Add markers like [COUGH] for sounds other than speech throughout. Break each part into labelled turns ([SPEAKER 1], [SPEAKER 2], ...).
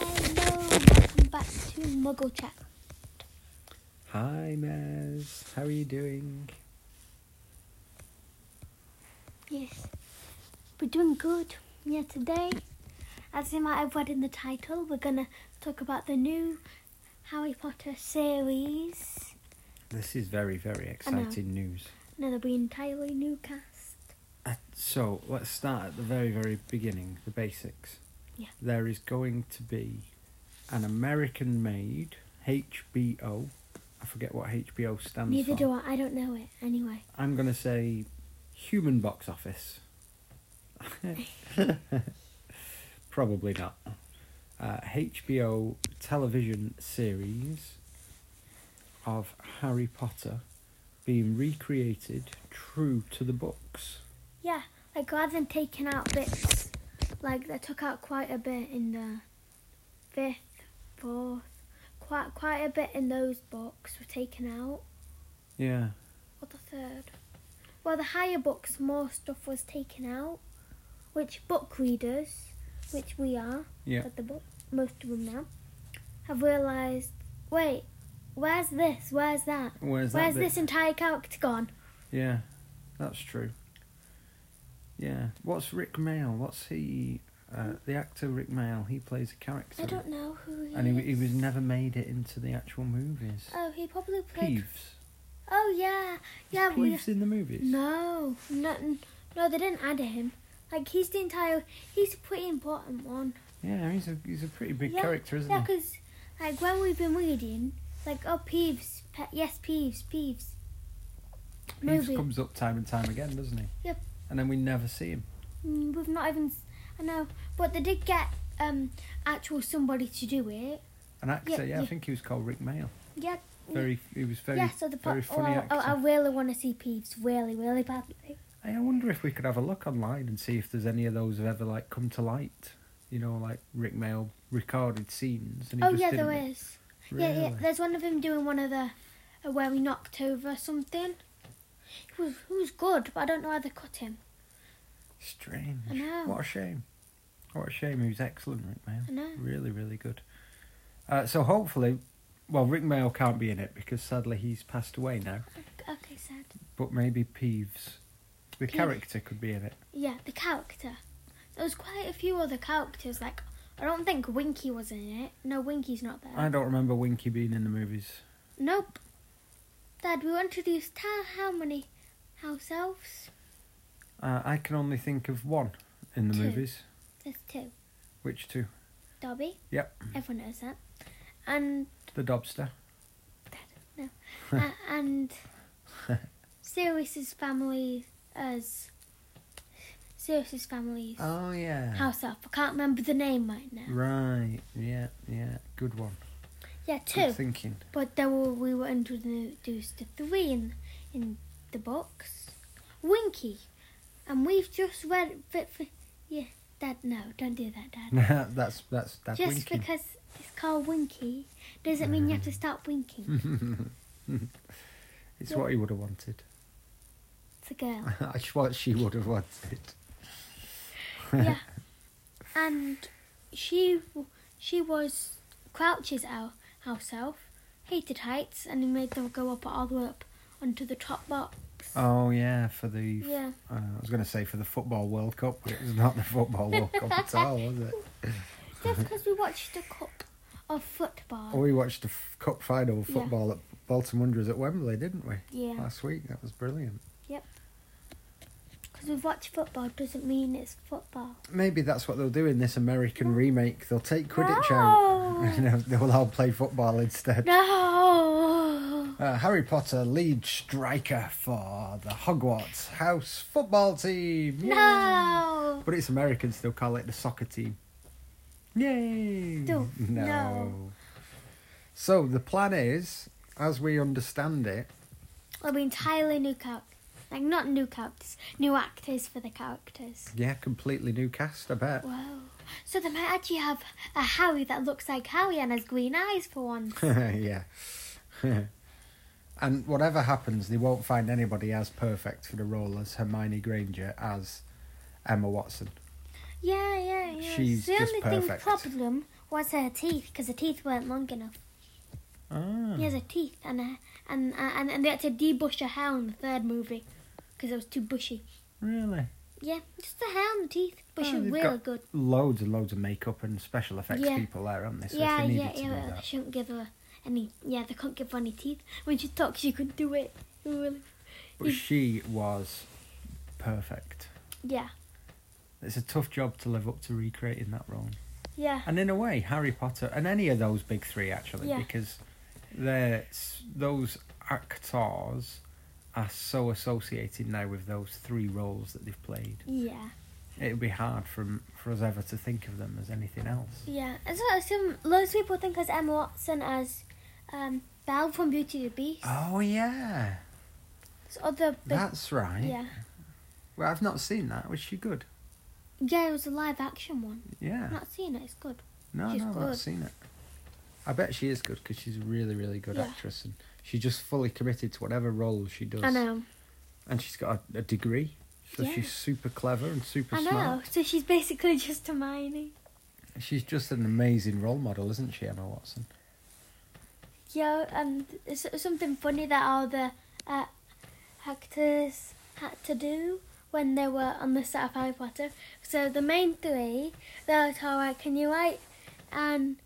[SPEAKER 1] uh, Muggle chat.
[SPEAKER 2] Hi, Maz. How are you doing?
[SPEAKER 1] Yes, we're doing good. Yeah, today, as you might have read in the title, we're gonna talk about the new Harry Potter series.
[SPEAKER 2] This is very, very
[SPEAKER 1] know.
[SPEAKER 2] exciting news.
[SPEAKER 1] Another be entirely new cast.
[SPEAKER 2] Uh, So, let's start at the very, very beginning the basics.
[SPEAKER 1] Yeah.
[SPEAKER 2] There is going to be an American made HBO. I forget what HBO stands
[SPEAKER 1] Neither
[SPEAKER 2] for.
[SPEAKER 1] do I. I don't know it. Anyway,
[SPEAKER 2] I'm going to say human box office. [LAUGHS] Probably not. Uh, HBO television series of Harry Potter being recreated true to the books.
[SPEAKER 1] yeah, like rather than taking out bits, like they took out quite a bit in the fifth, fourth, quite quite a bit in those books were taken out.
[SPEAKER 2] Yeah.
[SPEAKER 1] or the third. Well, the higher books, more stuff was taken out, which book readers, which we are
[SPEAKER 2] Yeah.
[SPEAKER 1] at the book, most of them now, have realised. Wait, where's this? Where's that?
[SPEAKER 2] Where's that?
[SPEAKER 1] where's
[SPEAKER 2] bit?
[SPEAKER 1] this entire character gone?
[SPEAKER 2] Yeah. That's true. Yeah. What's Rick Mail? What's he? Uh, the actor Rick Mail. He plays a character.
[SPEAKER 1] I don't know who he
[SPEAKER 2] And
[SPEAKER 1] is.
[SPEAKER 2] he, he was never made it into the actual movies.
[SPEAKER 1] oh, he probably played.
[SPEAKER 2] Peeves.
[SPEAKER 1] Oh yeah, yeah. we-
[SPEAKER 2] Peeves in the movies.
[SPEAKER 1] No, no, no. They didn't add him. Like he's the entire. He's a pretty important one.
[SPEAKER 2] Yeah, he's a he's a pretty big
[SPEAKER 1] Yeah,
[SPEAKER 2] character, isn't
[SPEAKER 1] Yeah,
[SPEAKER 2] he?
[SPEAKER 1] because like when we've been reading, like oh Peeves, pe- yes Peeves, Peeves.
[SPEAKER 2] Peeves
[SPEAKER 1] movie.
[SPEAKER 2] comes up time and time again, doesn't he?
[SPEAKER 1] Yep.
[SPEAKER 2] And then we never see him.
[SPEAKER 1] Mm, we've not even, s- I know, but they did get um actual somebody to do it.
[SPEAKER 2] An actor, yeah, I
[SPEAKER 1] yeah.
[SPEAKER 2] think he was called Rick Mail.
[SPEAKER 1] Yeah.
[SPEAKER 2] Very, he was very,
[SPEAKER 1] yeah, so the
[SPEAKER 2] very
[SPEAKER 1] po-
[SPEAKER 2] funny
[SPEAKER 1] oh,
[SPEAKER 2] actor.
[SPEAKER 1] oh, I really want to see Peeves, really, really badly.
[SPEAKER 2] Hey, I wonder if we could have a look online and see if there's any of those have ever like come to light. You know, like Rick Mail recorded scenes. And he
[SPEAKER 1] oh
[SPEAKER 2] just
[SPEAKER 1] yeah,
[SPEAKER 2] didn't
[SPEAKER 1] there is.
[SPEAKER 2] Really?
[SPEAKER 1] Yeah, yeah. There's one of him doing one of the uh, where he knocked over something. He was, he was good, but I don't know how they cut him.
[SPEAKER 2] Strange.
[SPEAKER 1] I know.
[SPEAKER 2] What a shame. What a shame. He was excellent, Rick Mail.
[SPEAKER 1] I know.
[SPEAKER 2] Really, really good. Uh, so hopefully, well, Rick Mail can't be in it because sadly he's passed away now.
[SPEAKER 1] Okay, sad.
[SPEAKER 2] But maybe Peeves, the
[SPEAKER 1] Peeves.
[SPEAKER 2] character, could be in it.
[SPEAKER 1] Yeah, the character. There was quite a few other characters. Like I don't think Winky was in it. No, Winky's not there.
[SPEAKER 2] I don't remember Winky being in the movies.
[SPEAKER 1] Nope. Dad, we were introduced to how many house elves?
[SPEAKER 2] Uh, I can only think of one in the
[SPEAKER 1] Two.
[SPEAKER 2] movies.
[SPEAKER 1] There's two.
[SPEAKER 2] Which two?
[SPEAKER 1] Dobby.
[SPEAKER 2] Yep,
[SPEAKER 1] Everyone knows that. And
[SPEAKER 2] [LAUGHS] the Dobster.
[SPEAKER 1] uh, and Sirius's family as Sirius's family's
[SPEAKER 2] Oh Mm. yeah.
[SPEAKER 1] house elf. I can't remember the name right now.
[SPEAKER 2] Right. Yeah. Yeah. Good one.
[SPEAKER 1] Yeah,
[SPEAKER 2] Good
[SPEAKER 1] two.
[SPEAKER 2] thinking. [LAUGHS]
[SPEAKER 1] But there were we were introduced to three in, in the books. Winky, and we've just read. But for, yeah, Dad, no, don't do that, Dad.
[SPEAKER 2] that's that's that's
[SPEAKER 1] just
[SPEAKER 2] Winky.
[SPEAKER 1] because it's called Winky doesn't mean you have to stop winking.
[SPEAKER 2] [LAUGHS] it's what he would have [LAUGHS] wanted.
[SPEAKER 1] It's a girl.
[SPEAKER 2] [LAUGHS] That's what she would have wanted.
[SPEAKER 1] yeah, and she w- she was Crouch's our house elf, hated heights, and he made them go up all the way up onto the top box.
[SPEAKER 2] Oh yeah, for the
[SPEAKER 1] Yeah.
[SPEAKER 2] uh, I was going to say for the football World Cup, but it was not the football World Cup at all, was
[SPEAKER 1] [LAUGHS]
[SPEAKER 2] it?
[SPEAKER 1] Just because we watched a cup of football.
[SPEAKER 2] Oh, We watched the f- cup final of
[SPEAKER 1] Yeah.
[SPEAKER 2] football at Bolton Wanderers at Wembley, didn't we?
[SPEAKER 1] Yeah.
[SPEAKER 2] Last week, that was brilliant.
[SPEAKER 1] Because we've watched football doesn't mean it's football.
[SPEAKER 2] Maybe that's what they'll do in this American remake. They'll take Quidditch um,
[SPEAKER 1] No.
[SPEAKER 2] out [LAUGHS] and they'll all play football instead. [LAUGHS]
[SPEAKER 1] No!
[SPEAKER 2] Uh, Harry Potter lead striker for the Hogwarts House football team.
[SPEAKER 1] No!
[SPEAKER 2] But it's Americans, they'll call it the soccer team. Yay! [LAUGHS]
[SPEAKER 1] No. No.
[SPEAKER 2] So the plan is, as we understand it,
[SPEAKER 1] It'll be entirely new characters. Like, not new characters, new actors for the characters.
[SPEAKER 2] yeah, completely new cast, I bet.
[SPEAKER 1] Whoa. So they might actually have a Harry that looks like Harry and has green eyes for once.
[SPEAKER 2] [LAUGHS] yeah. [LAUGHS] and whatever happens, they won't find anybody as perfect for the role as Hermione Granger as Emma Watson.
[SPEAKER 1] yeah, yeah, yeah.
[SPEAKER 2] She's
[SPEAKER 1] the
[SPEAKER 2] just
[SPEAKER 1] only
[SPEAKER 2] perfect.
[SPEAKER 1] thing problem was her teeth, because her teeth weren't long enough.
[SPEAKER 2] Ah.
[SPEAKER 1] He has a teeth and a and and and they had to debush a hair in the third movie because it was too bushy.
[SPEAKER 2] Really?
[SPEAKER 1] Yeah, just the hair and the teeth, but
[SPEAKER 2] Oh,
[SPEAKER 1] she
[SPEAKER 2] they've
[SPEAKER 1] really
[SPEAKER 2] got-
[SPEAKER 1] good.
[SPEAKER 2] Loads and loads of makeup and special effects
[SPEAKER 1] Yeah.
[SPEAKER 2] people there, aren't they? So
[SPEAKER 1] yeah,
[SPEAKER 2] if they
[SPEAKER 1] yeah,
[SPEAKER 2] needed to
[SPEAKER 1] yeah.
[SPEAKER 2] do
[SPEAKER 1] They
[SPEAKER 2] that.
[SPEAKER 1] shouldn't give her any. Yeah, they can't give her any teeth. When she talks, she can do it. Really.
[SPEAKER 2] But she was perfect.
[SPEAKER 1] Yeah,
[SPEAKER 2] It's a tough job to live up to recreating that role.
[SPEAKER 1] yeah,
[SPEAKER 2] And in a way, Harry Potter and any of those big three actually,
[SPEAKER 1] Yeah.
[SPEAKER 2] because they're s- those actors are so associated now with those three roles that they've played.
[SPEAKER 1] yeah,
[SPEAKER 2] It would be hard for for us ever to think of them as anything else.
[SPEAKER 1] yeah. As well as some, loads of people think as Emma Watson as um, Belle from Beauty and the Beast.
[SPEAKER 2] Oh yeah,
[SPEAKER 1] There's other big,
[SPEAKER 2] that's right.
[SPEAKER 1] yeah,
[SPEAKER 2] Well, I've not seen that. Was she good?
[SPEAKER 1] yeah. It was a live action one.
[SPEAKER 2] Yeah.
[SPEAKER 1] I've not seen it. It's good.
[SPEAKER 2] No,
[SPEAKER 1] She's
[SPEAKER 2] no, I've
[SPEAKER 1] good.
[SPEAKER 2] not seen it. I bet she is good because she's a really, really good
[SPEAKER 1] Yeah.
[SPEAKER 2] actress, and she's just fully committed to whatever role she does.
[SPEAKER 1] I know.
[SPEAKER 2] And she's got a, a degree, so
[SPEAKER 1] Yeah.
[SPEAKER 2] she's super clever and super
[SPEAKER 1] I know.
[SPEAKER 2] smart.
[SPEAKER 1] So she's basically [LAUGHS] just Hermione.
[SPEAKER 2] She's just an amazing role model, isn't she, Emma Watson?
[SPEAKER 1] Yeah, and it's it's something funny that all the uh, actors had to do when they were on the set of Harry Potter. So the main three, they were told, like, can you write and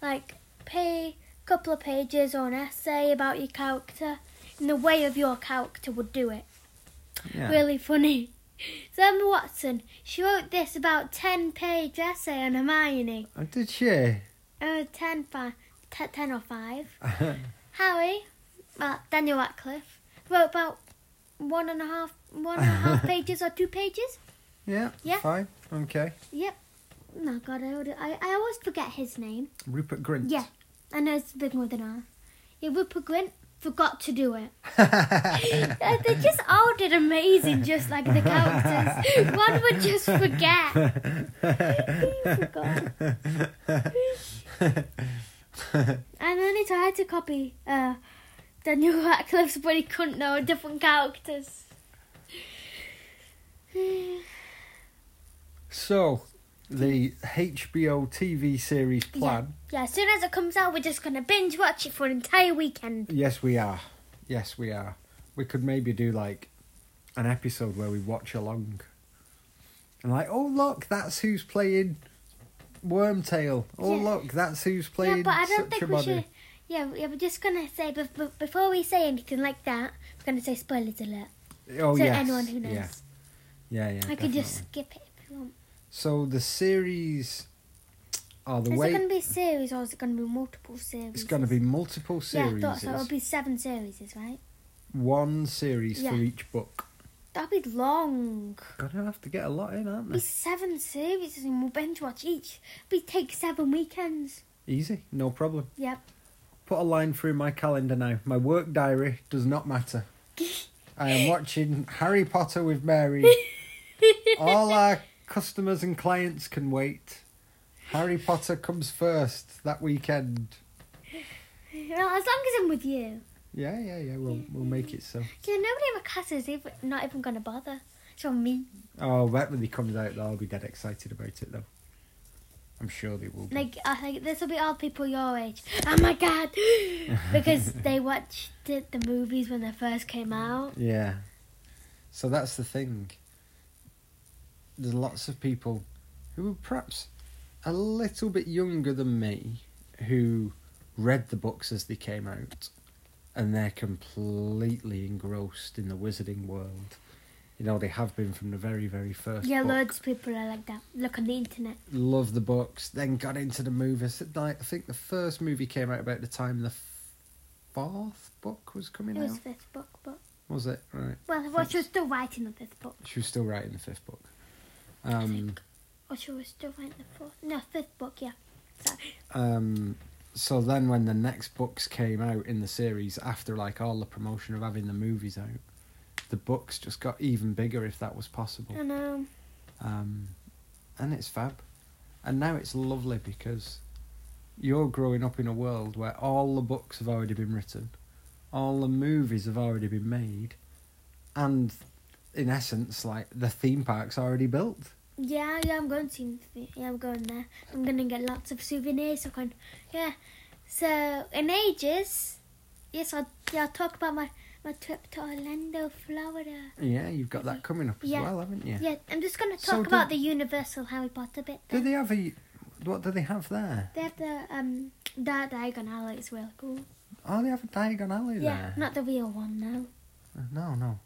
[SPEAKER 1] like pay a couple of pages or an essay about your character in the way of your character would do it.
[SPEAKER 2] Yeah.
[SPEAKER 1] Really funny. [LAUGHS] So Emma Watson, she wrote this about ten page essay on Hermione.
[SPEAKER 2] Oh, did she? [LAUGHS]
[SPEAKER 1] Uh, 10, fi- te- 10 or 5. Harry, well, Daniel Radcliffe, wrote about one and a half, one and a half pages or two pages.
[SPEAKER 2] yeah.
[SPEAKER 1] Yeah.
[SPEAKER 2] Fine. Okay.
[SPEAKER 1] Yep. No, God, I, already- I, I always forget his name.
[SPEAKER 2] Rupert Grint. [LAUGHS]
[SPEAKER 1] Yeah, I know it's a big one than R. Yeah, Rupert Grint forgot to do it. Uh, they just all did amazing, just like the
[SPEAKER 2] [LAUGHS]
[SPEAKER 1] characters. one would just forget. He forgot. And then he tried to copy uh, Daniel Radcliffe's, but he couldn't know different characters. [SIGHS]
[SPEAKER 2] so, the HBO TV series plan.
[SPEAKER 1] Yeah, as soon as it comes out, we're just gonna binge watch it for an entire weekend.
[SPEAKER 2] Yes, we are. Yes, we are. We could maybe do like an episode where we watch along. And like, oh look, that's who's playing Wormtail. Oh
[SPEAKER 1] Yeah.
[SPEAKER 2] look, that's who's playing.
[SPEAKER 1] yeah, but I don't
[SPEAKER 2] such a
[SPEAKER 1] think we
[SPEAKER 2] body.
[SPEAKER 1] should. Yeah, yeah, we're just gonna say bef- bef- before we say anything like that, we're gonna say spoilers alert.
[SPEAKER 2] Oh
[SPEAKER 1] so
[SPEAKER 2] yes.
[SPEAKER 1] anyone who knows,
[SPEAKER 2] Yeah, yeah, yeah.
[SPEAKER 1] I could just
[SPEAKER 2] definitely.
[SPEAKER 1] skip it if you want.
[SPEAKER 2] So the series. Oh, the
[SPEAKER 1] is
[SPEAKER 2] way
[SPEAKER 1] it gonna be a series or is it gonna be multiple series?
[SPEAKER 2] it's going to be multiple
[SPEAKER 1] Yeah, I
[SPEAKER 2] series.
[SPEAKER 1] thought so. It'll be seven series, right?
[SPEAKER 2] One series for
[SPEAKER 1] Yeah.
[SPEAKER 2] each book.
[SPEAKER 1] That'll be long.
[SPEAKER 2] Gonna have to get a lot in, aren't
[SPEAKER 1] It'll be
[SPEAKER 2] they?
[SPEAKER 1] seven series, and we'll binge watch each. We take seven weekends.
[SPEAKER 2] Easy, no problem.
[SPEAKER 1] Yep. [LAUGHS]
[SPEAKER 2] put a line through my calendar now. My work diary does not matter. I am watching Harry Potter with Mary. All our customers and clients can wait. Harry Potter comes first that weekend.
[SPEAKER 1] Well, as long as I'm with you.
[SPEAKER 2] Yeah, yeah, yeah. We'll we'll make it so.
[SPEAKER 1] Yeah, nobody in my class is even, not even going to bother. It's on me.
[SPEAKER 2] Oh, I bet when he comes out, they'll all be dead excited about it though. I'm sure they will. Be.
[SPEAKER 1] Like, I think this will be all people your age. Oh my
[SPEAKER 2] [LAUGHS]
[SPEAKER 1] god! because they watched it, the movies when they first came
[SPEAKER 2] Mm.
[SPEAKER 1] out.
[SPEAKER 2] Yeah. So that's the thing. There's lots of people who are perhaps a little bit younger than me who read the books as they came out and they're completely engrossed in the wizarding world. You know, they have been from the very, very first
[SPEAKER 1] Yeah,
[SPEAKER 2] book.
[SPEAKER 1] loads of people are like that. Look on the internet.
[SPEAKER 2] Love the books, then got into the movies. Like, I think the first movie came out about the time the f- fourth book was coming
[SPEAKER 1] It was
[SPEAKER 2] out.
[SPEAKER 1] fifth book, but.
[SPEAKER 2] Was it? Right.
[SPEAKER 1] Well, well, she was still writing the fifth book.
[SPEAKER 2] She was still writing the fifth book.
[SPEAKER 1] I
[SPEAKER 2] Um,
[SPEAKER 1] think. Or Oh, she was still writing the fourth. No, fifth book, yeah. Sorry.
[SPEAKER 2] um, so then, when the next books came out in the series, after like all the promotion of having the movies out, the books just got even bigger if that was possible.
[SPEAKER 1] And, um,
[SPEAKER 2] Um, and it's fab. And now it's lovely because you're growing up in a world where all the books have already been written, all the movies have already been made, and in essence, like the theme park's already built.
[SPEAKER 1] Yeah, yeah, I'm going to. Yeah, I'm going there. I'm gonna get lots of souvenirs. So I can, yeah, So in ages, yes, I'll, yeah, I'll talk about my, my trip to Orlando, Florida.
[SPEAKER 2] Yeah, you've got that coming up as
[SPEAKER 1] Yeah.
[SPEAKER 2] well, haven't you?
[SPEAKER 1] Yeah, I'm just gonna talk
[SPEAKER 2] So do-
[SPEAKER 1] about the Universal Harry Potter bit.
[SPEAKER 2] Do
[SPEAKER 1] Then.
[SPEAKER 2] they have a? What do they have there?
[SPEAKER 1] They have the um that Diagon Alley is really cool.
[SPEAKER 2] Oh, they have a Diagon Alley
[SPEAKER 1] Yeah,
[SPEAKER 2] there.
[SPEAKER 1] not the real one no.
[SPEAKER 2] No, no.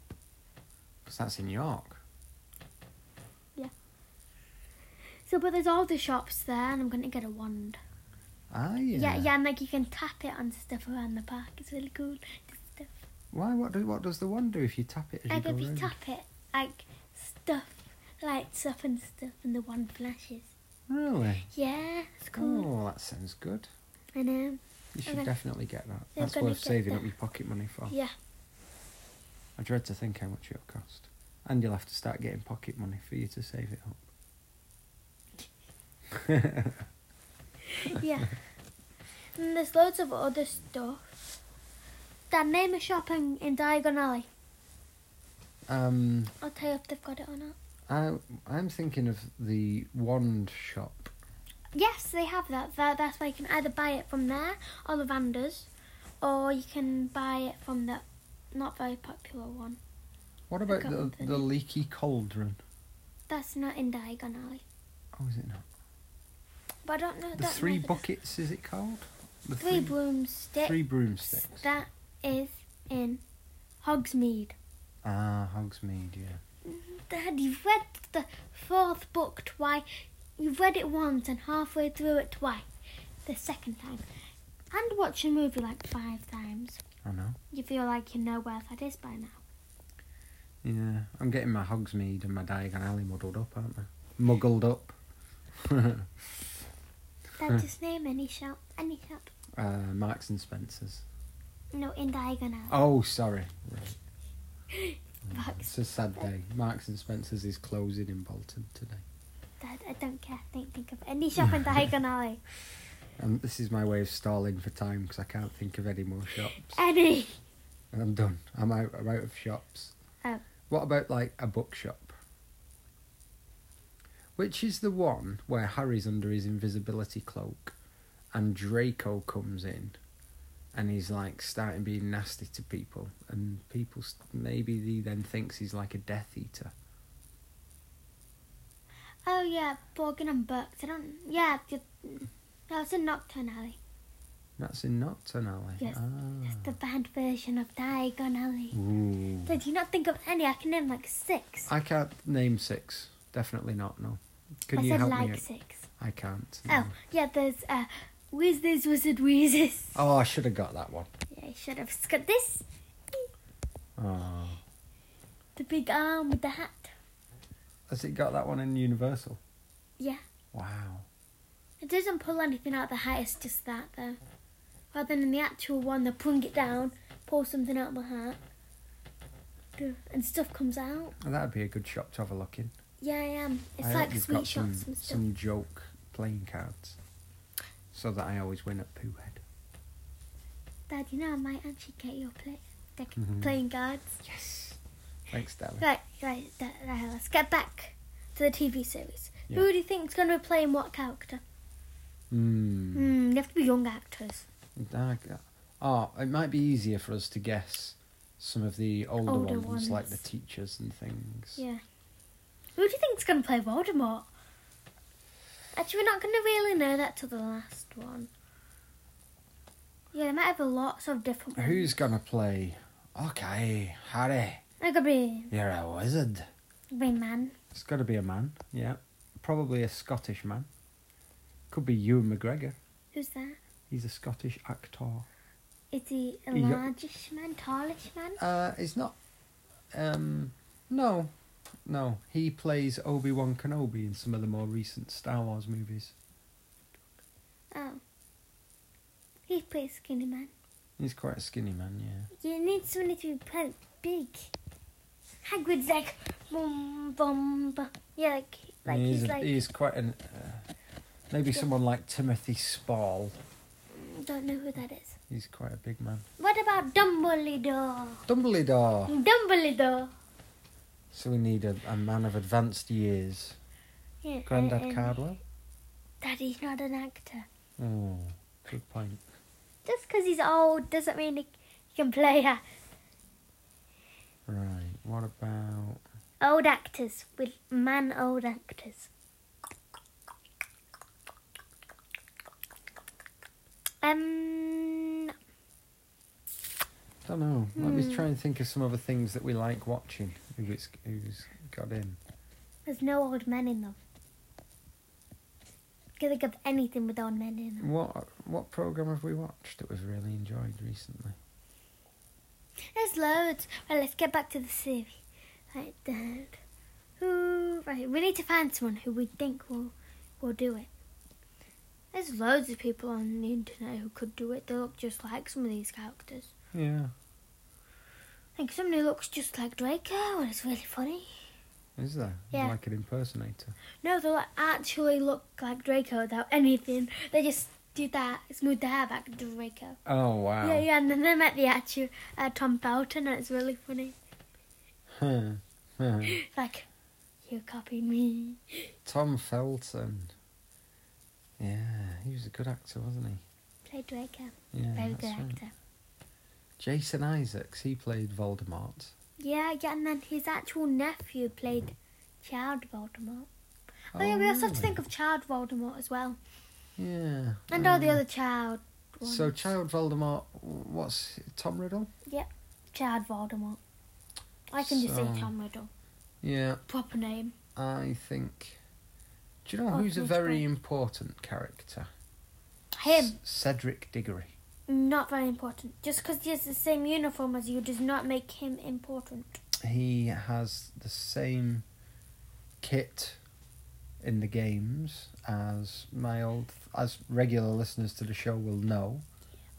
[SPEAKER 2] Because that's in York.
[SPEAKER 1] So, but there's all the shops there, and I'm gonna get a wand.
[SPEAKER 2] Ah, yeah.
[SPEAKER 1] Yeah, yeah, and like you can tap it on stuff around the park. It's really cool. Just stuff.
[SPEAKER 2] Why? What, do, what does the wand do if you tap it as
[SPEAKER 1] Like
[SPEAKER 2] you
[SPEAKER 1] if
[SPEAKER 2] go
[SPEAKER 1] you
[SPEAKER 2] around?
[SPEAKER 1] tap it, like stuff lights up and stuff, and the wand flashes.
[SPEAKER 2] Really?
[SPEAKER 1] Yeah, it's cool.
[SPEAKER 2] Oh, that sounds good.
[SPEAKER 1] I know.
[SPEAKER 2] You should
[SPEAKER 1] Okay.
[SPEAKER 2] definitely get that.
[SPEAKER 1] They're
[SPEAKER 2] That's
[SPEAKER 1] gonna get
[SPEAKER 2] worth saving
[SPEAKER 1] that.
[SPEAKER 2] up your pocket money for.
[SPEAKER 1] [LAUGHS] Yeah,
[SPEAKER 2] I dread to think how much it'll cost. And you'll have to start getting pocket money for you to save it up.
[SPEAKER 1] yeah. and there's loads of other stuff. Dad, name a shop in, in Diagon Alley.
[SPEAKER 2] um,
[SPEAKER 1] I'll tell you if they've got it or not.
[SPEAKER 2] I, I'm thinking of the wand shop.
[SPEAKER 1] Yes, they have that. that that's why you can either buy it from there, Ollivanders, or you can buy it from the not very popular one.
[SPEAKER 2] What about
[SPEAKER 1] can't
[SPEAKER 2] the,
[SPEAKER 1] remember the
[SPEAKER 2] the
[SPEAKER 1] name.
[SPEAKER 2] leaky cauldron?
[SPEAKER 1] That's not in Diagon Alley.
[SPEAKER 2] Oh, is it not?
[SPEAKER 1] But I don't know.
[SPEAKER 2] The
[SPEAKER 1] don't
[SPEAKER 2] three
[SPEAKER 1] know if it's-
[SPEAKER 2] buckets, is it called? The
[SPEAKER 1] Three broomsticks.
[SPEAKER 2] three broomsticks.
[SPEAKER 1] That is in Hogsmeade.
[SPEAKER 2] Ah, Hogsmeade, yeah.
[SPEAKER 1] Dad, you've read the fourth book twice. You've read it once and halfway through it twice. The second time. And watched a movie like five times.
[SPEAKER 2] I know.
[SPEAKER 1] You feel like you know where that is by now.
[SPEAKER 2] Yeah, I'm getting my Hogsmeade and my Diagon Alley muddled up, aren't I? Muggled [LAUGHS] up. Uh, Hmm.
[SPEAKER 1] Dad, just name any shop. Any shop.
[SPEAKER 2] uh, Marks and Spencers.
[SPEAKER 1] No, in diagonal.
[SPEAKER 2] Oh, sorry. Right. Hmm.
[SPEAKER 1] Marks.
[SPEAKER 2] It's a sad day. Marks and Spencers is closing in Bolton today.
[SPEAKER 1] Dad, I don't care. Think, think of any shop
[SPEAKER 2] [LAUGHS]
[SPEAKER 1] in Diagon Alley.
[SPEAKER 2] And this is my way of stalling for time because I can't think of any more shops.
[SPEAKER 1] Any.
[SPEAKER 2] And I'm done. I'm out. I'm out of shops.
[SPEAKER 1] Oh.
[SPEAKER 2] What about like a bookshop? Which is the one where Harry's under his invisibility cloak, and Draco comes in, and he's like starting being nasty to people, and people s- maybe he then thinks he's like a Death Eater.
[SPEAKER 1] Oh yeah, Borgin and Burks. I don't. Yeah, you- no, it's in Nocturne Alley.
[SPEAKER 2] That's in Nocturne Alley.
[SPEAKER 1] Yes. It's
[SPEAKER 2] Ah.
[SPEAKER 1] the band version of Diagon Alley.
[SPEAKER 2] Hmm. Ooh.
[SPEAKER 1] Did you not think of any? I can name like six.
[SPEAKER 2] I can't name six. Definitely not. No. Can
[SPEAKER 1] I
[SPEAKER 2] you
[SPEAKER 1] said
[SPEAKER 2] help
[SPEAKER 1] like
[SPEAKER 2] me? out? Hmm.
[SPEAKER 1] six.
[SPEAKER 2] I can't.
[SPEAKER 1] Oh
[SPEAKER 2] no.
[SPEAKER 1] yeah, there's uh, Weasley's Wizard Wheezes.
[SPEAKER 2] Oh, I should have got that one.
[SPEAKER 1] Yeah, I should have got this.
[SPEAKER 2] Oh.
[SPEAKER 1] The big arm with the hat.
[SPEAKER 2] Has it got that one in Universal?
[SPEAKER 1] Yeah.
[SPEAKER 2] Wow.
[SPEAKER 1] It doesn't pull anything out of the hat, it's just that though. Rather than the actual one, they pulling it down, pull something out of the hat, do- and stuff comes out.
[SPEAKER 2] Well, that'd be a good shop to have a look in.
[SPEAKER 1] Yeah, I am. It's
[SPEAKER 2] I hope
[SPEAKER 1] like
[SPEAKER 2] you've
[SPEAKER 1] sweet
[SPEAKER 2] got
[SPEAKER 1] shops
[SPEAKER 2] some,
[SPEAKER 1] and stuff.
[SPEAKER 2] some joke playing cards. So that I always win at Pooh Head.
[SPEAKER 1] Dad, you know I might actually get your play, deck
[SPEAKER 2] Mhm.
[SPEAKER 1] playing cards.
[SPEAKER 2] Yes. Thanks, darling.
[SPEAKER 1] Right, right, right, right, let's get back to the TV series.
[SPEAKER 2] Yeah.
[SPEAKER 1] Who do you think's going to be playing what character?
[SPEAKER 2] Hmm.
[SPEAKER 1] Hmm, you have to be young actors.
[SPEAKER 2] Ah, g- Oh, it might be easier for us to guess some of the older,
[SPEAKER 1] Older
[SPEAKER 2] ones, like
[SPEAKER 1] ones.
[SPEAKER 2] the teachers and things.
[SPEAKER 1] Yeah. Who do you think's going to play Voldemort? Actually, we're not going to really know that till the last one. Yeah, they might have lots of different ones.
[SPEAKER 2] Who's gonna play? Okay, Harry,
[SPEAKER 1] It could be
[SPEAKER 2] you're a wizard.
[SPEAKER 1] Rain Man.
[SPEAKER 2] It's got to be a man, yeah. Probably a Scottish man. Could be Ewan McGregor.
[SPEAKER 1] Who's that?
[SPEAKER 2] He's a Scottish actor.
[SPEAKER 1] Is he a
[SPEAKER 2] He got-
[SPEAKER 1] largish man, tallish man?
[SPEAKER 2] Uh, it's not. Um, no, no. He plays Obi Wan Kenobi in some of the more recent Star Wars movies.
[SPEAKER 1] Oh. He plays skinny man.
[SPEAKER 2] He's quite a skinny man, yeah.
[SPEAKER 1] You need somebody to be pl- big. Hagrid's like, boom, boom, boom. Yeah, like, like
[SPEAKER 2] he's,
[SPEAKER 1] he's,
[SPEAKER 2] a-
[SPEAKER 1] like,
[SPEAKER 2] he's quite an. Uh, maybe
[SPEAKER 1] Yeah.
[SPEAKER 2] someone like Timothy Spall.
[SPEAKER 1] don't know who that is.
[SPEAKER 2] He's quite a big man.
[SPEAKER 1] What about Dumbledore?
[SPEAKER 2] Dumbledore.
[SPEAKER 1] Dumbledore.
[SPEAKER 2] So we need a, a man of advanced years.
[SPEAKER 1] Yeah, uh, um,
[SPEAKER 2] Grandad
[SPEAKER 1] and-
[SPEAKER 2] Cardwell.
[SPEAKER 1] Daddy's not an actor.
[SPEAKER 2] Oh, good point.
[SPEAKER 1] Just because he's old doesn't mean he can play uh,
[SPEAKER 2] Right. What about
[SPEAKER 1] old actors with man old actors. Um,
[SPEAKER 2] don't know. Let
[SPEAKER 1] Hmm.
[SPEAKER 2] me try and think of some other things that we like watching. Who it's who's got in?
[SPEAKER 1] there's no old men in them. Can think of anything with old men in them.
[SPEAKER 2] What what program have we watched that we've really enjoyed recently?
[SPEAKER 1] There's loads. Right, let's get back to the series. Right, then. Who? Right, we need to find someone who we think will will do it. There's loads of people on the internet who could do it. They look just like some of these characters.
[SPEAKER 2] Yeah.
[SPEAKER 1] I think someone who looks just like Draco, and it's really funny.
[SPEAKER 2] Is there?
[SPEAKER 1] Yeah.
[SPEAKER 2] Like an impersonator.
[SPEAKER 1] No, they like, actually look like Draco without anything. They just did that, smooth their hair back to Draco.
[SPEAKER 2] Oh wow.
[SPEAKER 1] Yeah, yeah, and then they met the actual uh, Tom Felton, and it's really funny.
[SPEAKER 2] [LAUGHS] Huh. Huh.
[SPEAKER 1] Like, you copied me.
[SPEAKER 2] Tom Felton. Yeah, he was a good actor, wasn't he?
[SPEAKER 1] Play Draco.
[SPEAKER 2] Yeah,
[SPEAKER 1] Very
[SPEAKER 2] that's
[SPEAKER 1] good
[SPEAKER 2] right.
[SPEAKER 1] actor.
[SPEAKER 2] Jason Isaacs, he played Voldemort.
[SPEAKER 1] Yeah, yeah, and then his actual nephew played Child Voldemort. Oh, yeah, we also have to think of Child Voldemort as well.
[SPEAKER 2] Yeah.
[SPEAKER 1] And all the
[SPEAKER 2] um,
[SPEAKER 1] other child ones.
[SPEAKER 2] So, Child Voldemort, what's Tom Riddle?
[SPEAKER 1] Child Voldemort. I can just
[SPEAKER 2] So-
[SPEAKER 1] say Tom Riddle.
[SPEAKER 2] Yeah,
[SPEAKER 1] Proper name.
[SPEAKER 2] I think. Do you know
[SPEAKER 1] Oh,
[SPEAKER 2] who's a
[SPEAKER 1] which
[SPEAKER 2] very
[SPEAKER 1] one?
[SPEAKER 2] important character?
[SPEAKER 1] Him.
[SPEAKER 2] C- Cedric Diggory.
[SPEAKER 1] Not very important. Just because he has the same uniform as you does not make him important.
[SPEAKER 2] He has the same kit in the games as my old, as regular listeners to the show will know.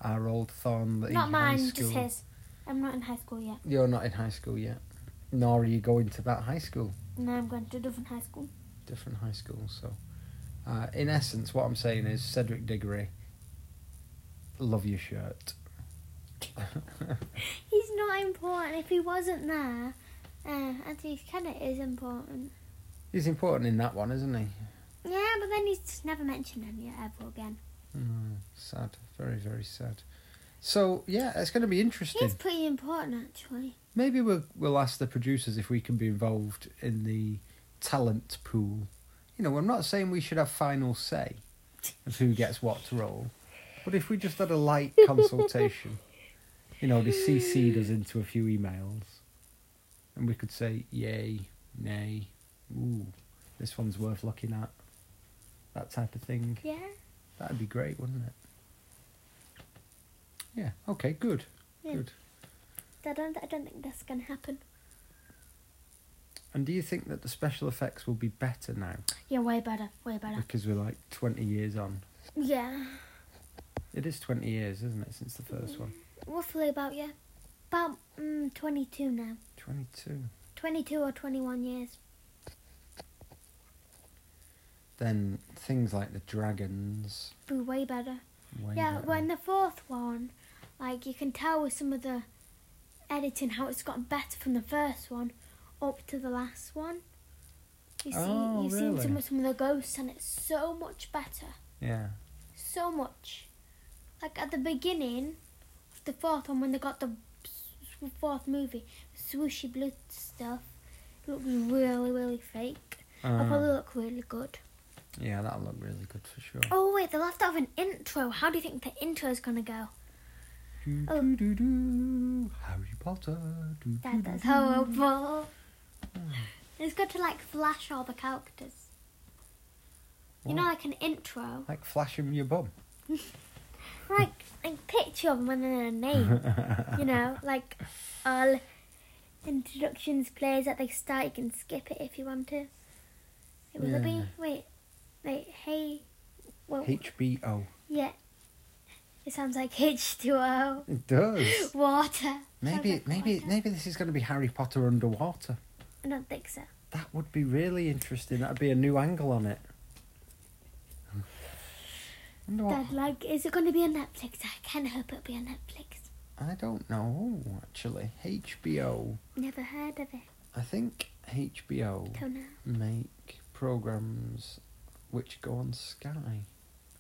[SPEAKER 2] Our old Thorn that he
[SPEAKER 1] not
[SPEAKER 2] high
[SPEAKER 1] mine,
[SPEAKER 2] school.
[SPEAKER 1] just his. I'm not in high school yet.
[SPEAKER 2] You're not in high school yet, nor are you going to that high school.
[SPEAKER 1] No, I'm going to a different high school.
[SPEAKER 2] different high schools. So, uh, in essence, what I'm saying is Cedric Diggory, love your shirt.
[SPEAKER 1] He's not important. If he wasn't there, uh, Anthony Kennett is important.
[SPEAKER 2] He's important in that one, isn't he?
[SPEAKER 1] Yeah, but then he's just never mentioned any ever again.
[SPEAKER 2] Mm, sad, very very sad. So yeah, it's going to be interesting.
[SPEAKER 1] He's pretty important, actually.
[SPEAKER 2] Maybe we'll we'll ask the producers if we can be involved in the talent pool. You know, I'm not saying we should have final say of who gets what role, but if we just had a light consultation, you know, they CC'd us into a few emails, and we could say yay, nay, ooh, this one's worth looking at, that type of thing.
[SPEAKER 1] Yeah.
[SPEAKER 2] That'd be great, wouldn't it? Yeah. Okay. Good.
[SPEAKER 1] Yeah.
[SPEAKER 2] Good.
[SPEAKER 1] I don't, I don't think that's going to happen.
[SPEAKER 2] And do you think that the special effects will be better now
[SPEAKER 1] Yeah, way better. Way better.
[SPEAKER 2] because we're like 20 years on?
[SPEAKER 1] Yeah.
[SPEAKER 2] It is 20 years, isn't it, since the first one?
[SPEAKER 1] Mm. Roughly about, yeah. About mm, 22 now.
[SPEAKER 2] 22.
[SPEAKER 1] 22 or 21 years.
[SPEAKER 2] Then things like the dragons.
[SPEAKER 1] Be way better.
[SPEAKER 2] Way
[SPEAKER 1] yeah,
[SPEAKER 2] better.
[SPEAKER 1] when the fourth one, like you can tell with some of the editing how it's gotten better from the first one up to the last one. You see,
[SPEAKER 2] Oh,
[SPEAKER 1] you've seen some
[SPEAKER 2] really?
[SPEAKER 1] of, some of the ghosts, and it's so much better.
[SPEAKER 2] Yeah.
[SPEAKER 1] so much. Like at the beginning of the fourth one, when they got the s- fourth movie, swooshy blood stuff, it looked really, really fake.
[SPEAKER 2] Uh,
[SPEAKER 1] It'll probably look really good.
[SPEAKER 2] yeah, that'll look really good for sure.
[SPEAKER 1] Oh, wait, they left out an intro. How do you think the intro's gonna go?
[SPEAKER 2] Do,
[SPEAKER 1] oh.
[SPEAKER 2] do, do, do. Harry Potter. Do, do,
[SPEAKER 1] That,
[SPEAKER 2] do,
[SPEAKER 1] that's
[SPEAKER 2] do.
[SPEAKER 1] horrible. It's got to like flash all the characters. You know,
[SPEAKER 2] What?
[SPEAKER 1] like an intro.
[SPEAKER 2] Like flashing your bum.
[SPEAKER 1] Like, like picture of them and then a name.
[SPEAKER 2] [LAUGHS]
[SPEAKER 1] you know, like all introductions plays at the start. You can skip it if you want to. It was a
[SPEAKER 2] Yeah.
[SPEAKER 1] be wait, wait, hey, well,
[SPEAKER 2] HBO.
[SPEAKER 1] yeah. It sounds like [LAUGHS] H two O
[SPEAKER 2] It does.
[SPEAKER 1] water.
[SPEAKER 2] Maybe,
[SPEAKER 1] Sounds like
[SPEAKER 2] maybe,
[SPEAKER 1] water.
[SPEAKER 2] maybe this is going to be Harry Potter underwater.
[SPEAKER 1] I don't think so.
[SPEAKER 2] That would be really interesting. That'd be a new angle on it. [SIGHS] Wonder what-
[SPEAKER 1] Dad, like, is it going to be on Netflix? I can hope it'll be on Netflix.
[SPEAKER 2] I don't know actually. HBO.
[SPEAKER 1] Never heard of it
[SPEAKER 2] I think HBO
[SPEAKER 1] till now.
[SPEAKER 2] make programs which go on Sky.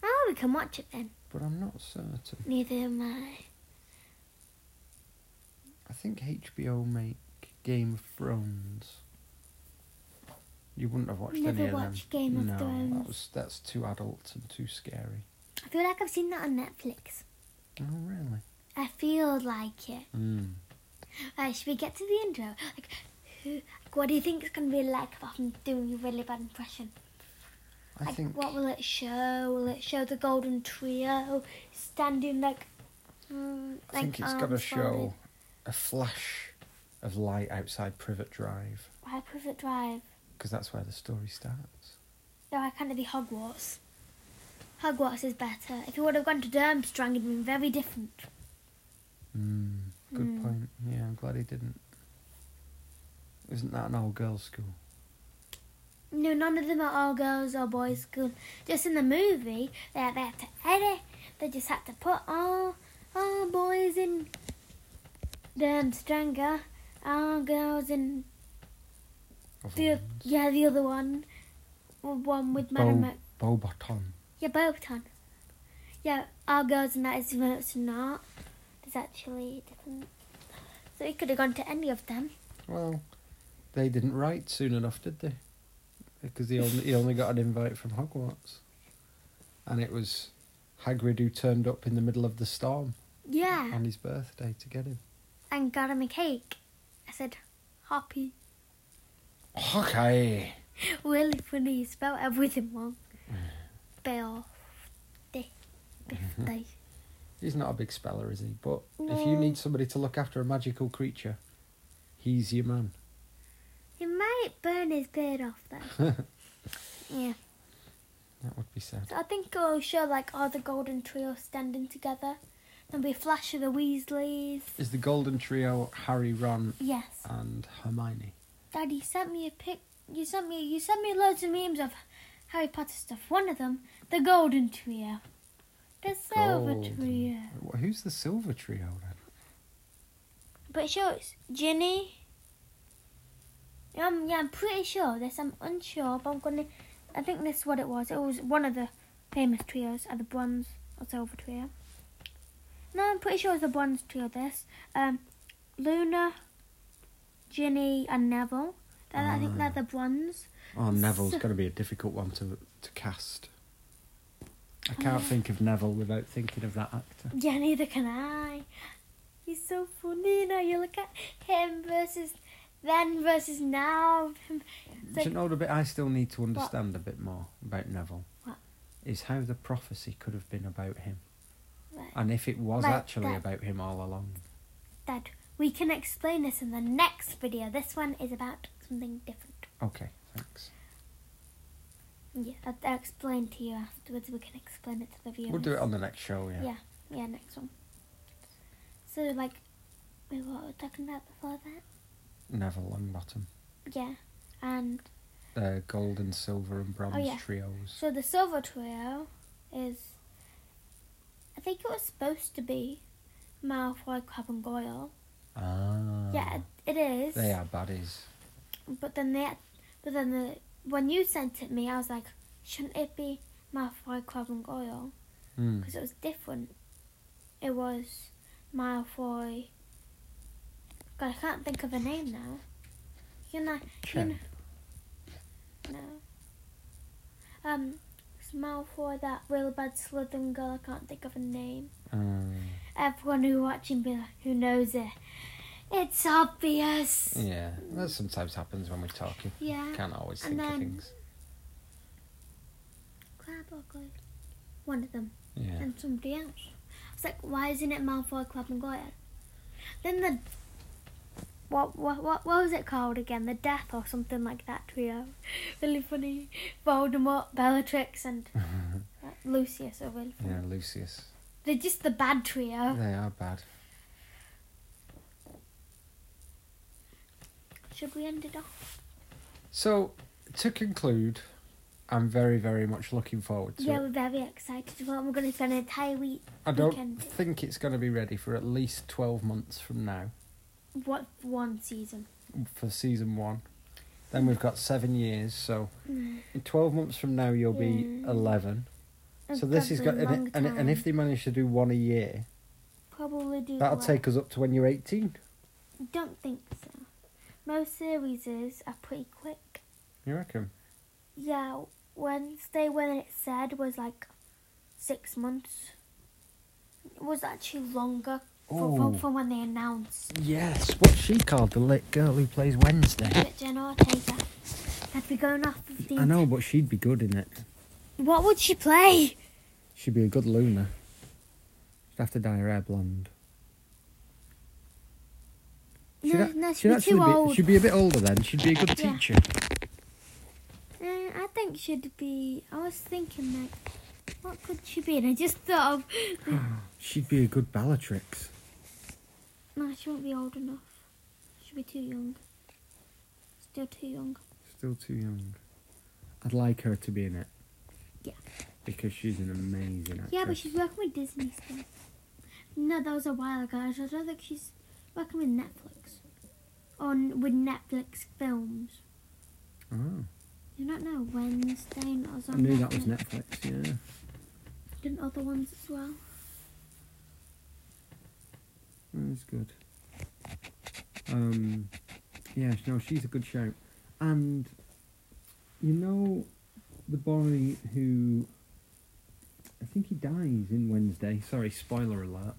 [SPEAKER 1] Oh, we can watch it then.
[SPEAKER 2] but I'm not certain.
[SPEAKER 1] Neither am I.
[SPEAKER 2] I think HBO make Game of Thrones. You wouldn't have watched
[SPEAKER 1] Never
[SPEAKER 2] any
[SPEAKER 1] watched
[SPEAKER 2] of them.
[SPEAKER 1] Game of
[SPEAKER 2] no,
[SPEAKER 1] Thrones.
[SPEAKER 2] that was that's too adult and too scary.
[SPEAKER 1] I feel like I've seen that on Netflix.
[SPEAKER 2] Oh really?
[SPEAKER 1] I feel like it.
[SPEAKER 2] Mm.
[SPEAKER 1] Right, Uh, should we get to the intro? Like, who, like, what do you think it's going to be like if I'm doing a really bad impression?
[SPEAKER 2] I
[SPEAKER 1] Like,
[SPEAKER 2] think
[SPEAKER 1] what will it show? Will it show the golden trio standing like? Mm,
[SPEAKER 2] I
[SPEAKER 1] like
[SPEAKER 2] think it's got to
[SPEAKER 1] arms
[SPEAKER 2] show
[SPEAKER 1] folded?
[SPEAKER 2] a flash of light outside Privet Drive
[SPEAKER 1] Why Private Drive?
[SPEAKER 2] because that's where the story starts.
[SPEAKER 1] No, I can't do the Hogwarts. Hogwarts is better. If you would have gone to Durmstrang, it'd been very different.
[SPEAKER 2] Mm, good
[SPEAKER 1] Mm.
[SPEAKER 2] point. Yeah, I'm glad he didn't. Isn't that an all girls school?
[SPEAKER 1] No, none of them are all girls or boys school. Just in the movie, they had, they had to edit. They just had to put all all boys in Durmstranger, all girls in
[SPEAKER 2] Of
[SPEAKER 1] the
[SPEAKER 2] all-
[SPEAKER 1] yeah the other one, one with Madame
[SPEAKER 2] Bo- Bobaton.
[SPEAKER 1] Yeah, Bobaton. Yeah, our girls and that is it's not. There's actually different. So it could have gone to any of them.
[SPEAKER 2] Well, they didn't write soon enough, did they? Because he only he only got an invite from Hogwarts, and it was Hagrid who turned up in the middle of the storm
[SPEAKER 1] Yeah.
[SPEAKER 2] on his birthday to get him.
[SPEAKER 1] And got him a cake. I said, Hoppy.
[SPEAKER 2] Okay.
[SPEAKER 1] Really funny. You spell everything wrong. Bill. Birthday.
[SPEAKER 2] He's not a big speller, is he? But if you
[SPEAKER 1] No.
[SPEAKER 2] need somebody to look after a magical creature, he's your man.
[SPEAKER 1] He might burn his beard off though. yeah.
[SPEAKER 2] That would be sad.
[SPEAKER 1] So I think it'll show like all the golden trio standing together. There'll be a flash of the Weasleys.
[SPEAKER 2] Is the Golden Trio Harry, Ron,
[SPEAKER 1] Yes.
[SPEAKER 2] and Hermione?
[SPEAKER 1] Daddy sent me a pic. You sent me. You sent me loads of memes of Harry Potter stuff. One of them, the Golden Trio, the Silver
[SPEAKER 2] Golden.
[SPEAKER 1] Trio.
[SPEAKER 2] Wh- Who's the Silver Trio then?
[SPEAKER 1] But sure, it's Ginny. Um, yeah, I'm pretty sure this. I'm unsure, but I'm gonna. I think this is what it was. It was one of the famous trios, either bronze or silver trio. No, I'm pretty sure it's the bronze trio. This, um, Luna, Ginny, and Neville. They're, I think they're the bronze. [LAUGHS]
[SPEAKER 2] Oh, Neville's
[SPEAKER 1] So-
[SPEAKER 2] going to be a difficult one to to cast. I can't think of Neville without thinking of that actor.
[SPEAKER 1] Yeah, neither can I. He's so funny, you know. You look at him versus then versus now. Him-
[SPEAKER 2] Do
[SPEAKER 1] So-
[SPEAKER 2] you know the bit I still need to understand a bit more about Neville?
[SPEAKER 1] What?
[SPEAKER 2] Is how the prophecy could have been about him,
[SPEAKER 1] Right,
[SPEAKER 2] and if it was
[SPEAKER 1] Like
[SPEAKER 2] actually
[SPEAKER 1] that.
[SPEAKER 2] about him all along.
[SPEAKER 1] Dad, we can explain this in the next video. This one is about something different.
[SPEAKER 2] Okay, thanks.
[SPEAKER 1] Yeah, I'll, I'll explain to you afterwards. We can explain it to the viewers.
[SPEAKER 2] We'll do it on the next show, yeah.
[SPEAKER 1] Yeah. Yeah, next one. So, like, wait, what were we talking about before that?
[SPEAKER 2] Neville Longbottom.
[SPEAKER 1] Yeah, and
[SPEAKER 2] The gold and silver and bronze
[SPEAKER 1] Oh, yeah.
[SPEAKER 2] trios.
[SPEAKER 1] So the silver trio is. I think it was supposed to be Malfoy, Crab, and Goyle.
[SPEAKER 2] Ah.
[SPEAKER 1] Yeah, it is.
[SPEAKER 2] They are baddies.
[SPEAKER 1] But then they, but then the when you sent it me, I was like, shouldn't it be Malfoy, Crab, and Goyle?
[SPEAKER 2] Hmm.
[SPEAKER 1] Because it was different. It was Malfoy. God, I can't think of a name now. You know, you know
[SPEAKER 2] Ken.
[SPEAKER 1] No. Um, it's Malfoy, that real bad Slytherin girl. I can't think of a name.
[SPEAKER 2] Um,
[SPEAKER 1] Everyone who watching be like, who knows it? It's obvious.
[SPEAKER 2] yeah, that sometimes happens when we're talking.
[SPEAKER 1] Yeah.
[SPEAKER 2] Can't always
[SPEAKER 1] And
[SPEAKER 2] think of
[SPEAKER 1] then-
[SPEAKER 2] things.
[SPEAKER 1] Crab or Goyle? One of them.
[SPEAKER 2] Yeah.
[SPEAKER 1] and somebody else. I was like, why isn't it Malfoy, Crab and Goyle? Then the what what what what was it called again? The Death or something like that trio. [LAUGHS] really funny. Voldemort, Bellatrix,
[SPEAKER 2] [LAUGHS]
[SPEAKER 1] and uh, Lucius are really funny.
[SPEAKER 2] Yeah, Lucius.
[SPEAKER 1] They're just the bad trio.
[SPEAKER 2] They are bad.
[SPEAKER 1] Should we end it off?
[SPEAKER 2] So, to conclude, I'm very, very much looking forward to
[SPEAKER 1] yeah,
[SPEAKER 2] it.
[SPEAKER 1] we're very excited. Well, we're going to spend an entire week.
[SPEAKER 2] I don't
[SPEAKER 1] weekend.
[SPEAKER 2] think it's going to be ready for at least 12 months from now
[SPEAKER 1] What one season?
[SPEAKER 2] for season one. Hmm. Then we've got seven years, so in 12 months from now, you'll be
[SPEAKER 1] Yeah.
[SPEAKER 2] 11. So this is got
[SPEAKER 1] Probably a
[SPEAKER 2] and,
[SPEAKER 1] long
[SPEAKER 2] it- and, it- and if
[SPEAKER 1] time.
[SPEAKER 2] they manage to do one a year,
[SPEAKER 1] probably do
[SPEAKER 2] that'll
[SPEAKER 1] well.
[SPEAKER 2] take us up to when you're eighteen.
[SPEAKER 1] Don't think so. Most series are pretty quick.
[SPEAKER 2] You reckon?
[SPEAKER 1] Yeah, Wednesday when it said was like six months. It was actually longer from,
[SPEAKER 2] Oh
[SPEAKER 1] from, from when they announced
[SPEAKER 2] yes, what she called the lit girl who plays Wednesday.
[SPEAKER 1] that Jenna Ortega had be going off 15.
[SPEAKER 2] I know, but she'd be good in it.
[SPEAKER 1] What would she play?
[SPEAKER 2] She'd be a good Luna. She'd have to dye her hair blonde. She'd
[SPEAKER 1] no,
[SPEAKER 2] a-
[SPEAKER 1] no,
[SPEAKER 2] she'd
[SPEAKER 1] she'd be too
[SPEAKER 2] actually be,
[SPEAKER 1] old.
[SPEAKER 2] She'd be a bit older then. She'd be a good
[SPEAKER 1] Yeah.
[SPEAKER 2] teacher.
[SPEAKER 1] Mm, I think she'd be. I was thinking like, what could she be? And I just thought of,
[SPEAKER 2] She'd be a good Bellatrix.
[SPEAKER 1] no, she won't be old enough. She'll be too young. Still too young.
[SPEAKER 2] Still too young. I'd like her to be in it.
[SPEAKER 1] Yeah.
[SPEAKER 2] Because she's an amazing actress.
[SPEAKER 1] Yeah, but she's working with Disney still. No, that was a while ago. I don't think she's working with Netflix. On with Netflix films.
[SPEAKER 2] Oh,
[SPEAKER 1] You don't know Wednesday and it was
[SPEAKER 2] I
[SPEAKER 1] on
[SPEAKER 2] knew
[SPEAKER 1] Netflix.
[SPEAKER 2] that was Netflix. Yeah.
[SPEAKER 1] And other ones as well.
[SPEAKER 2] That was good. Um, yeah, no, she's a good shout. And you know the boy who I think he dies in Wednesday. Sorry, spoiler alert.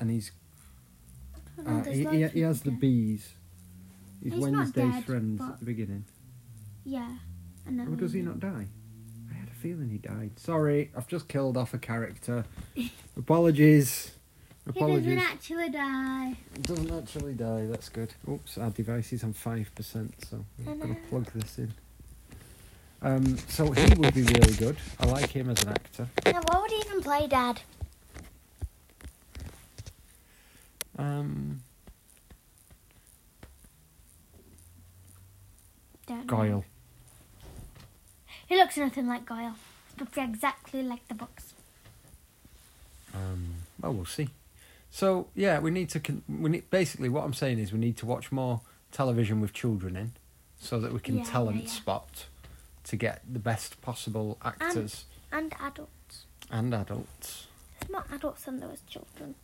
[SPEAKER 2] And he's
[SPEAKER 1] I don't know, Oh,
[SPEAKER 2] uh,
[SPEAKER 1] there's
[SPEAKER 2] he,
[SPEAKER 1] loads
[SPEAKER 2] he,
[SPEAKER 1] of
[SPEAKER 2] he has the
[SPEAKER 1] people.
[SPEAKER 2] bees. He's,
[SPEAKER 1] He's not
[SPEAKER 2] Wednesday's
[SPEAKER 1] dead,
[SPEAKER 2] friends
[SPEAKER 1] but-
[SPEAKER 2] at the beginning.
[SPEAKER 1] Yeah. I know.
[SPEAKER 2] Or does he not die? I had a feeling he died. Sorry, I've just killed off
[SPEAKER 1] [LAUGHS]
[SPEAKER 2] a character. Apologies.
[SPEAKER 1] He doesn't
[SPEAKER 2] Apologies.
[SPEAKER 1] actually die.
[SPEAKER 2] Doesn't actually die, that's good. Oops, our device is on 5%, so I'm going
[SPEAKER 1] Hello.
[SPEAKER 2] to plug this in. Um, so he would be really good. I like him as an actor.
[SPEAKER 1] Now what would he even play Dad?
[SPEAKER 2] Um,
[SPEAKER 1] Don't know.
[SPEAKER 2] Guile.
[SPEAKER 1] He looks nothing like Guile. He looks exactly like the books.
[SPEAKER 2] Um, well, we'll see. So, yeah, we need to. Con- we need, basically, what I'm saying is we need to watch more television with children in so that we can
[SPEAKER 1] Yeah, yeah,
[SPEAKER 2] talent
[SPEAKER 1] yeah.
[SPEAKER 2] spot to get the best possible actors
[SPEAKER 1] And adults.
[SPEAKER 2] and adults.
[SPEAKER 1] There's more adults than there was children.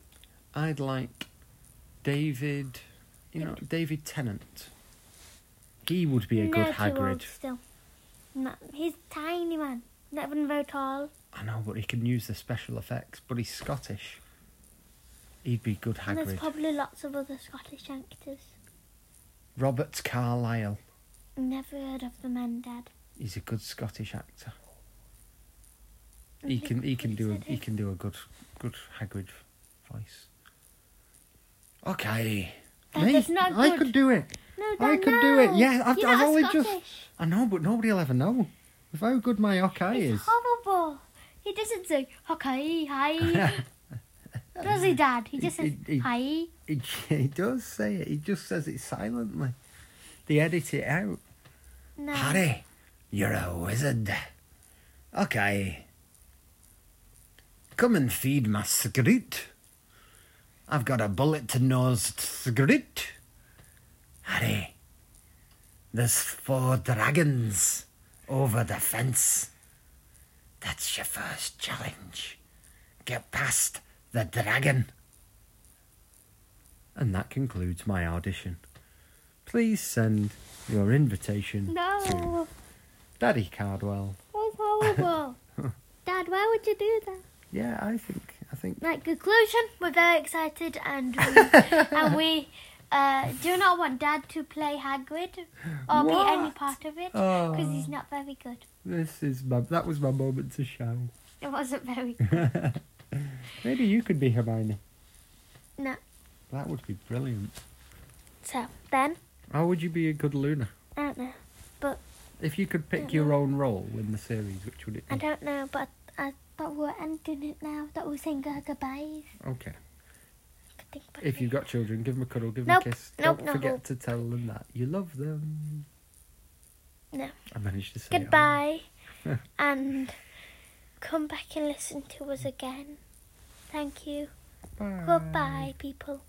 [SPEAKER 2] I'd like David, you know, David Tennant. He would be a
[SPEAKER 1] no,
[SPEAKER 2] good
[SPEAKER 1] too old
[SPEAKER 2] Hagrid.
[SPEAKER 1] still. No, he's tiny man. Not even very tall.
[SPEAKER 2] I know, but he can use the special effects. But he's Scottish. He'd be good
[SPEAKER 1] And there's
[SPEAKER 2] Hagrid.
[SPEAKER 1] probably lots of other Scottish actors.
[SPEAKER 2] Robert Carlyle.
[SPEAKER 1] Never heard of the men, Dad.
[SPEAKER 2] He's a good Scottish actor.
[SPEAKER 1] I
[SPEAKER 2] He
[SPEAKER 1] think
[SPEAKER 2] can he
[SPEAKER 1] we
[SPEAKER 2] can do a,
[SPEAKER 1] said
[SPEAKER 2] he
[SPEAKER 1] it.
[SPEAKER 2] can do a good good Hagrid voice. Okay.
[SPEAKER 1] That
[SPEAKER 2] Me?
[SPEAKER 1] is not
[SPEAKER 2] I
[SPEAKER 1] good.
[SPEAKER 2] could do it.
[SPEAKER 1] No,
[SPEAKER 2] I
[SPEAKER 1] Dad,
[SPEAKER 2] could do it.
[SPEAKER 1] no.
[SPEAKER 2] Yeah, I've-
[SPEAKER 1] You're
[SPEAKER 2] I've
[SPEAKER 1] not
[SPEAKER 2] only just-
[SPEAKER 1] Scottish.
[SPEAKER 2] I know, but nobody'll ever know. With how good my okay
[SPEAKER 1] It's
[SPEAKER 2] is.
[SPEAKER 1] horrible. He doesn't say okay,
[SPEAKER 2] [LAUGHS]
[SPEAKER 1] hi. Does he, Dad? He just says
[SPEAKER 2] He- he-
[SPEAKER 1] hi.
[SPEAKER 2] He, [LAUGHS] he does say it. He just says it silently. They edit it out.
[SPEAKER 1] No.
[SPEAKER 2] Harry, you're a wizard. Okay. Come and feed my cigarette. I've got a bullet-nosed cigarette. Harry, there's four dragons over the fence. That's your first challenge. Get past the dragon. And that concludes my audition. Please send your invitation to
[SPEAKER 1] No,
[SPEAKER 2] Daddy Cardwell.
[SPEAKER 1] it was horrible.
[SPEAKER 2] [LAUGHS]
[SPEAKER 1] Dad, why would you do that?
[SPEAKER 2] Yeah, I think I think
[SPEAKER 1] Right, conclusion. We're very excited and
[SPEAKER 2] [LAUGHS]
[SPEAKER 1] we, and we uh, do not want Dad to play Hagrid or be any
[SPEAKER 2] What?
[SPEAKER 1] part of it
[SPEAKER 2] Oh.
[SPEAKER 1] because he's not very good.
[SPEAKER 2] this is my that was my moment to shine. [LAUGHS]
[SPEAKER 1] It wasn't very good.
[SPEAKER 2] Maybe you could be Hermione.
[SPEAKER 1] no.
[SPEAKER 2] That would be brilliant.
[SPEAKER 1] So then,
[SPEAKER 2] How would you be a good Luna?
[SPEAKER 1] I don't know.
[SPEAKER 2] If you could pick
[SPEAKER 1] Don't
[SPEAKER 2] your
[SPEAKER 1] know.
[SPEAKER 2] own role in the series, which would it
[SPEAKER 1] I
[SPEAKER 2] be?
[SPEAKER 1] don't know, but I thought we were ending it now. That we were saying our goodbyes.
[SPEAKER 2] Okay.
[SPEAKER 1] I could think about
[SPEAKER 2] If
[SPEAKER 1] it.
[SPEAKER 2] you've got children, give them a cuddle, give
[SPEAKER 1] Nope,
[SPEAKER 2] them a kiss.
[SPEAKER 1] nope,
[SPEAKER 2] don't
[SPEAKER 1] no.
[SPEAKER 2] forget to tell them that you love them.
[SPEAKER 1] No.
[SPEAKER 2] I managed to say um. it on-
[SPEAKER 1] Goodbye.
[SPEAKER 2] [LAUGHS]
[SPEAKER 1] and come back and listen to us again. Thank you.
[SPEAKER 2] Bye.
[SPEAKER 1] Goodbye, people.